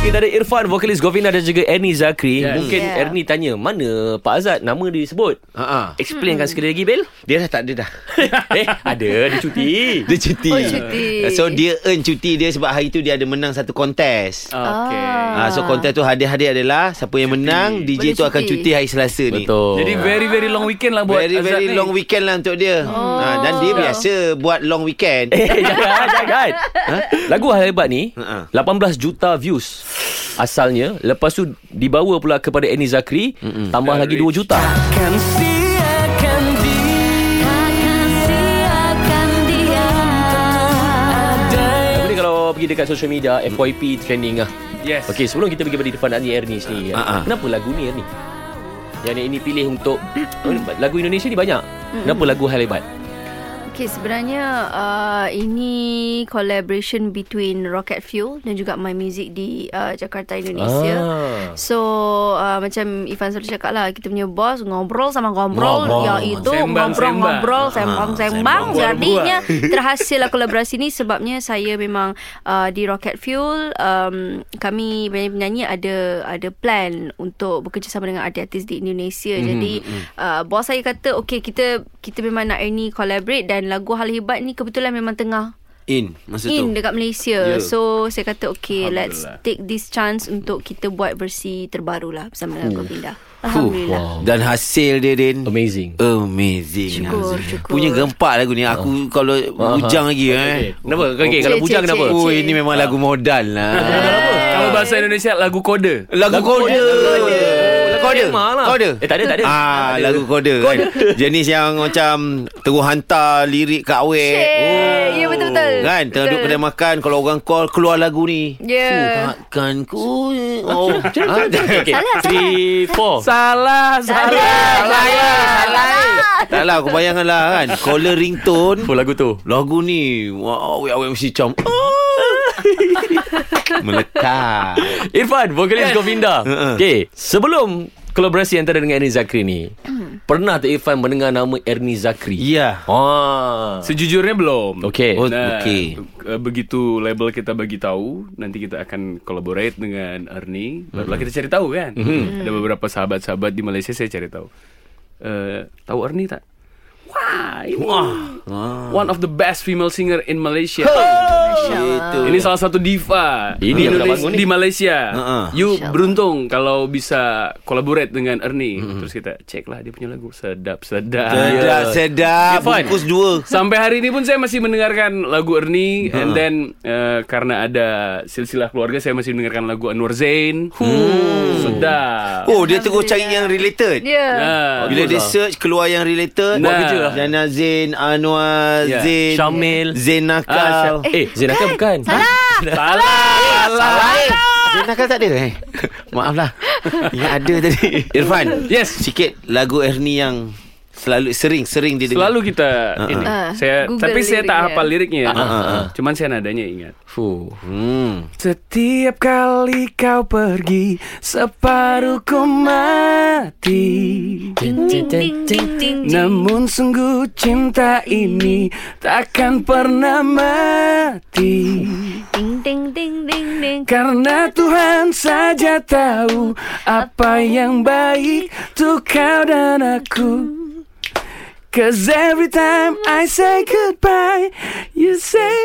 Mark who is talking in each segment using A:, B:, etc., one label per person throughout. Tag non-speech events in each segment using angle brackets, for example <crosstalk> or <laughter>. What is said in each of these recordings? A: Kita ada Irfan, vokalis Govina dan juga Ernie Zakri.
B: Yes.
A: Mungkin
C: Yeah.
A: Ernie tanya, mana Pak Azad nama dia sebut?
B: Ha
A: Explainkan sekali lagi, Bil.
B: Dia dah tak ada dah.
A: eh, ada. Dia cuti.
B: Dia cuti. Uh,
C: Oh, cuti.
B: So dia earn cuti dia sebab hari tu dia ada menang satu kontes. Uh.
C: Okay.
B: Ha, so kontes tu hadiah-hadiah adalah siapa yang menang DJ
C: Boleh
B: tu akan
C: cuti.
B: cuti hari Selasa ni.
D: Jadi
A: Oh.
D: very very long weekend lah buat
B: Very
D: Azad
B: very
D: ni.
B: long weekend lah untuk dia. Oh. Ha, dan dia biasa buat long weekend.
A: Eh, <laughs> jangan, jangan. Ha? Lagu Hal Hebat ni,
B: Ha-ha.
A: 18 juta views asalnya. Lepas tu dibawa pula kepada Ernie Zakri, tambah lagi 2 juta. Lagu ni kalau pergi dekat social media, FYP trending lah.
D: Yes.
A: Okey, sebelum kita pergi pada Irfan Ani Ernie sendiri. eh,
B: Ha-ha.
A: Kenapa lagu ni Ernie? Yang ini pilih untuk <coughs> lagu Indonesia ni banyak. Kenapa lagu Hal Hebat?
C: Okay, sebenarnya uh, ini collaboration between Rocket Fuel dan juga My Music di uh, Jakarta, Indonesia.
A: Ah.
C: So uh, macam Ifan selalu cakap lah Kita punya bos ngobrol sama ngobrol
A: Ngobrol.
C: Ya itu
D: Sembang-sembang.
C: ngobrol-ngobrol Sembang-sembang
D: sembang.
C: Jadinya terhasillah lah kolaborasi ni Sebabnya saya memang uh, di Rocket Fuel um, Kami penyanyi-penyanyi ada ada plan Untuk bekerjasama dengan artis-artis di Indonesia mm-hmm. Jadi uh, bos saya kata Okay kita kita memang nak ini collaborate Dan lagu Hal Hebat ni kebetulan memang tengah
B: In masa tu.
C: in dekat Malaysia.
B: Ya.
C: Yeah. So saya kata okay let's
D: Alhamdulillah.
C: take this chance untuk kita buat versi terbaru lah bersama dengan Govinda.
A: wow.
C: Alhamdulillah.
B: Dan hasil dia Din
A: Amazing.
B: Amazing Ah.
C: Syukur, syukur.
B: Punya gempak lagu ni Aku kalau bujang lagi eh.
A: Kenapa? Okey,
C: Cik,
A: kalau
C: cik,
A: bujang
C: cik.
A: kenapa?
B: Oh ini memang lagu modal lah
D: Kalau bahasa Indonesia lagu kode.
B: Lagu kode. Lagu kode.
A: Memang lah.
B: Kode.
A: Eh, tak ada, tak ada.
B: Ah,
A: Tak ada.
B: lagu kode. Kan? Jenis yang macam terus hantar lirik kat awet. Oh.
C: Cik, ya, betul-betul.
B: Kan, tengah duduk
C: Betul.
B: kedai makan kalau orang call keluar lagu ni.
C: Ya.
B: Takkan ku.
A: <laughs>
B: Oh. Ah,
A: Okay.
C: Salah,
A: Three, four.
D: Salah, salah.
B: Salah. Tak lah, aku bayangkan lah kan. Caller ringtone.
A: Oh, lagu tu.
B: Lagu ni. Wah, awet-awet mesti macam. ah. <laughs> Melekat.
A: Irfan, vokalis Govinda.
B: Heeh.
A: Okay, sebelum kolaborasi antara dengan Ernie Zakri ni, pernah tak Irfan mendengar nama Ernie Zakri?
B: Ya.
A: Ah.
D: Sejujurnya belum.
A: Okey.
B: Oh, okey.
D: eh, begitu label kita bagi tahu, nanti kita akan collaborate dengan Ernie. Barulah kita cari tahu kan.
A: Mm-hmm.
D: Ada beberapa sahabat-sahabat di Malaysia saya cari tahu. Eh, tahu Ernie tak? Wah, ini one of the best female singer in Malaysia.
B: Itu.
D: Ini salah satu diva
A: Ini
D: di,
A: yang
D: Indonesia,
A: kita bangun Uh-uh. ni.
D: di Malaysia.
B: Ha-ha.
D: You beruntung kalau bisa collaborate dengan Ernie.
A: Mm-hmm.
D: Terus kita cek lah dia punya lagu sedap sedap.
A: Ah, ya.
B: Sedap, sedap.
D: Irfan.
B: Bungkus dua.
D: Sampai hari ini pun saya masih mendengarkan lagu Ernie and then uh, karena ada silsilah keluarga saya masih mendengarkan lagu Anwar Zain. Hmm. Sedap.
B: Oh, dia terus cari yang related.
C: Ya.
D: Ah.
B: Bila dia search keluar yang related
D: Buat kerja lah.
B: Jana Zain Anwar
D: Ya.
B: Zain
A: Syamil.
B: Zain
D: Ah,
B: Nakal
A: Eh, Zinaka bukan.
C: Salah.
D: Salah.
B: Salah eh. Zain Nakal tak ada eh <laughs> Maaf lah Yang ada tadi Irfan
D: Yes.
B: Sikit lagu Ernie yang Selalu sering-sering dia dengar
D: Selalu kita ini.
C: Ah,
D: saya
C: Google
D: tapi saya
C: liriknya.
D: tak hafal liriknya.
B: ah, ah.
D: Cuman saya nadanya ingat.
A: Fuh.
B: hmm.
D: Setiap kali kau pergi Separuhku mati
C: Ding ding ding ding.
D: Namun sungguh cinta ini Takkan pernah mati
C: Ding ding ding ding ding.
D: Karena Tuhan saja tahu Apa yang baik Untuk kau dan aku Cause every time I say goodbye You say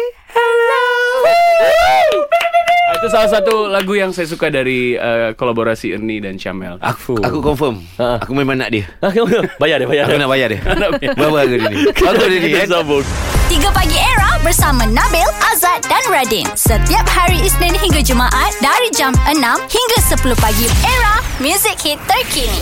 D: hello Itu salah satu lagu yang saya suka dari uh, kolaborasi Ernie dan Syamel
B: Aku aku confirm
A: Ha.
B: Aku memang nak dia
A: Ah, kenapa? <laughs> Bayar dia, bayar
D: Ya.
B: Aku
A: dia.
B: nak
D: <laughs>
B: bayar dia Berapa harga dia ni Bagus dia ni
A: Kita
B: eh?
A: sambung.
E: 3 Pagi Era bersama Nabil, Azad dan Radin. Setiap hari Isnin hingga Jumaat dari jam 6 hingga 10 pagi. Era, music hit terkini.